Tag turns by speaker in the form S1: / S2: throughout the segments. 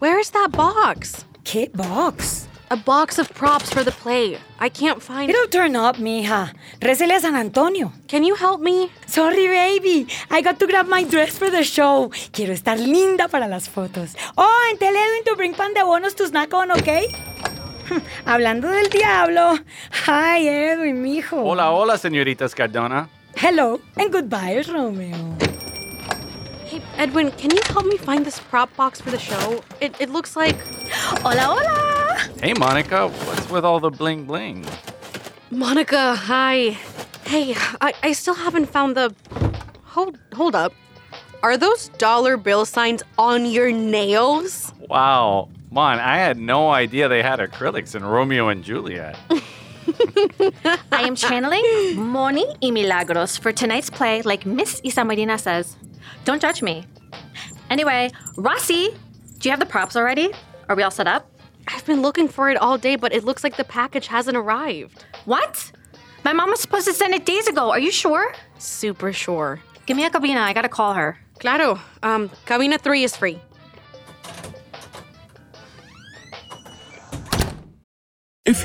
S1: Where is that box?
S2: Kid box.
S1: A box of props for the play. I can't find it.
S2: It'll turn up, mija. Récele a San Antonio.
S1: Can you help me?
S2: Sorry, baby. I got to grab my dress for the show. Quiero estar linda para las fotos. Oh, and tell Edwin to bring pan de bonos to snack on, okay? Hablando del diablo. Hi, Edwin, mijo.
S3: Hola, hola, señoritas Cardona.
S2: Hello and goodbye, Romeo.
S1: Hey, Edwin, can you help me find this prop box for the show? It, it looks like.
S2: Hola, hola.
S3: Hey, Monica, what's with all the bling bling?
S1: Monica, hi. Hey, I, I still haven't found the. Hold, hold up. Are those dollar bill signs on your nails?
S3: Wow. Mon, I had no idea they had acrylics in Romeo and Juliet.
S4: I am channeling Moni y Milagros for tonight's play, like Miss Isa Marina says. Don't judge me. Anyway, Rossi, do you have the props already? Are we all set up?
S1: I've been looking for it all day, but it looks like the package hasn't arrived.
S4: What? My mom was supposed to send it days ago. Are you sure?
S1: Super sure.
S4: Give me a cabina. I gotta call her.
S1: Claro, um, cabina three is free.
S5: If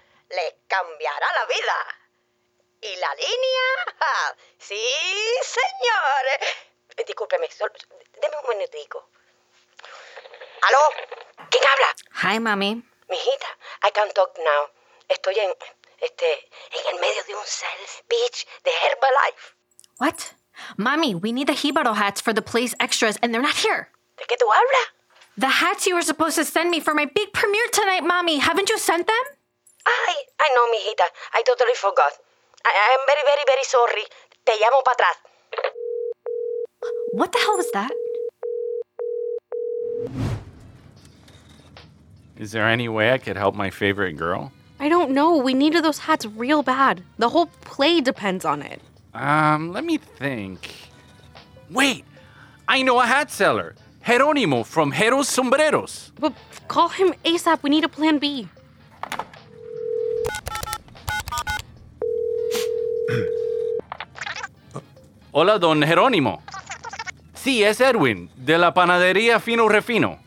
S6: les cambiará la vida. ¿Y la línea? ¡Ja! Sí, señor. Eh, Discúlpeme, solo, deme un minutico. ¿Aló? ¿Quién habla?
S4: Hi, mommy.
S6: Mijita, I can talk now. Estoy en, este, en el medio de un sales beach de Herbalife.
S4: What? Mommy, we need the Hibaro hats for the police extras, and they're not here.
S6: ¿De qué tú hablas?
S4: The hats you were supposed to send me for my big premiere tonight, mommy. Haven't you sent them?
S6: Ay, ay no, mijita. I totally forgot. I, I'm very, very, very sorry. Te llamo para atrás.
S4: What the hell was that?
S3: Is there any way I could help my favorite girl?
S1: I don't know. We needed those hats real bad. The whole play depends on it.
S3: Um, let me think. Wait, I know a hat seller. Jeronimo from Jero's Sombreros.
S1: But call him ASAP. We need a plan B.
S3: Hola, don Jerónimo. Sí, es Edwin, de la panadería Fino Refino.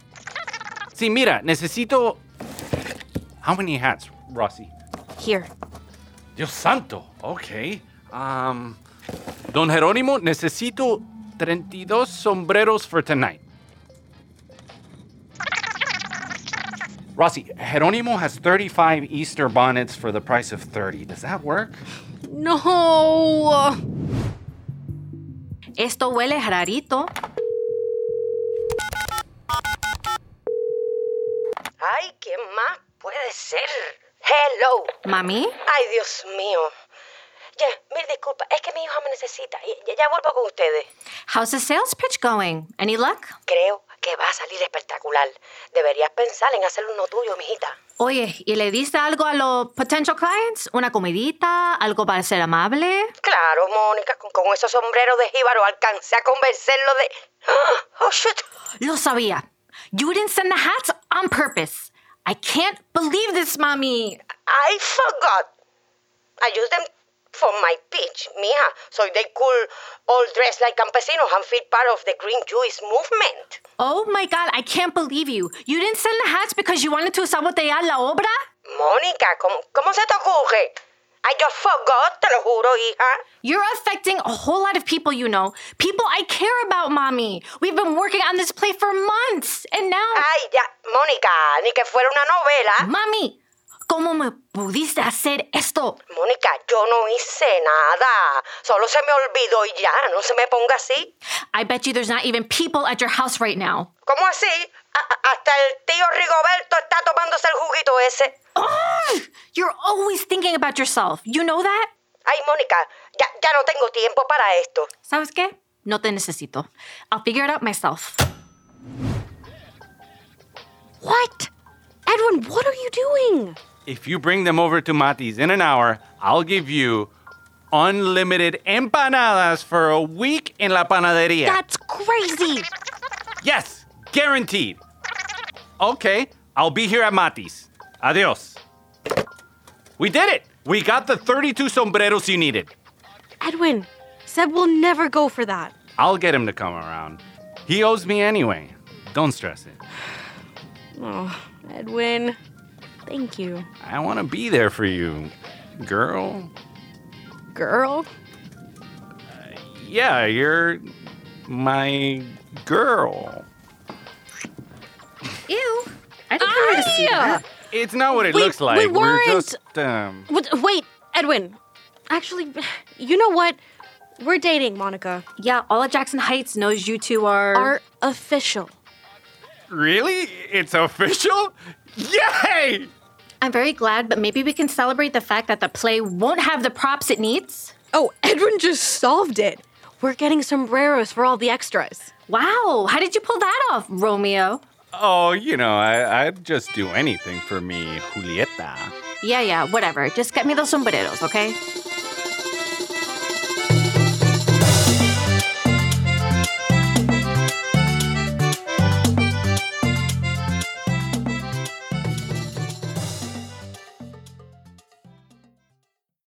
S3: Sí, mira, necesito. How many hats, Rossi?
S1: Here.
S3: Dios santo. Ok. Um, don Jerónimo, necesito 32 sombreros for tonight. Rossi, Jerónimo has 35 Easter bonnets for the price of 30. Does that work?
S1: No.
S4: Esto huele rarito.
S6: Ay, ¿quién más puede ser? Hello.
S4: Mommy?
S6: Ay, Dios mío. Ya, mil disculpas. Es que mi hija me necesita. Y- Ya, ya vuelvo con ustedes.
S4: How's the sales pitch going? Any luck?
S6: Creo que va a salir espectacular. Deberías pensar en hacer uno tuyo, mijita.
S4: Oye, ¿y le diste algo a los potential clients? ¿Una comidita? ¿Algo para ser amable?
S6: Claro, Mónica, con, con esos sombreros de jíbaro alcancé a convencerlo de. ¡Ah! ¡Oh, shit!
S4: Lo sabía. You didn't send the hats on purpose. I can't believe this, mommy.
S6: I forgot. I used them for my pitch, mija. So they could all dress like campesinos and feel part of the Green Jewish movement.
S4: Oh my god, I can't believe you. You didn't send the hats because you wanted to sabotear la obra?
S6: Mónica, ¿cómo, ¿cómo se te ocurre? I just forgot, te lo juro, hija.
S4: You're affecting a whole lot of people, you know. People I care about, mommy. We've been working on this play for months, and now.
S6: Ay, ya, Mónica, ni que fuera una novela.
S4: Mami, ¿cómo me pudiste hacer esto?
S6: Mónica, yo no hice nada. Solo se me olvidó y ya, no se me ponga así.
S4: I bet you there's not even people at your house right now.
S6: ¿Cómo así? A- a- hasta el tío Rigoberto está tomándose el juguito ese.
S4: Ugh! You're always thinking about yourself. You know that?
S6: Ay, Mónica, ya, ya no tengo tiempo para esto.
S4: ¿Sabes qué? No te necesito. I'll figure it out myself.
S1: What? Edwin, what are you doing?
S3: If you bring them over to Mati's in an hour, I'll give you unlimited empanadas for a week in la panadería.
S1: That's crazy.
S3: yes, guaranteed. Okay, I'll be here at Mati's. Adios. We did it. We got the 32 sombreros you needed.
S1: Edwin, Seb will never go for that.
S3: I'll get him to come around. He owes me anyway. Don't stress it.
S1: Oh, Edwin, thank you.
S3: I want to be there for you, girl.
S1: Girl?
S3: Yeah, you're my girl.
S4: Ew. I didn't know where to see that.
S3: It's not what it
S1: We-
S3: looks
S1: we
S3: like. We're
S1: weren't-
S3: just um,
S1: Wait, wait, Edwin. Actually, you know what? We're dating, Monica.
S4: Yeah, all of Jackson Heights knows you two are.
S1: Our official.
S3: really. It's official. Yay!
S4: I'm very glad, but maybe we can celebrate the fact that the play won't have the props it needs.
S1: Oh, Edwin just solved it. We're getting sombreros for all the extras.
S4: Wow, how did you pull that off, Romeo?
S3: Oh, you know, I, I'd just do anything for me, Julieta.
S4: Yeah, yeah, whatever. Just get me those sombreros, okay?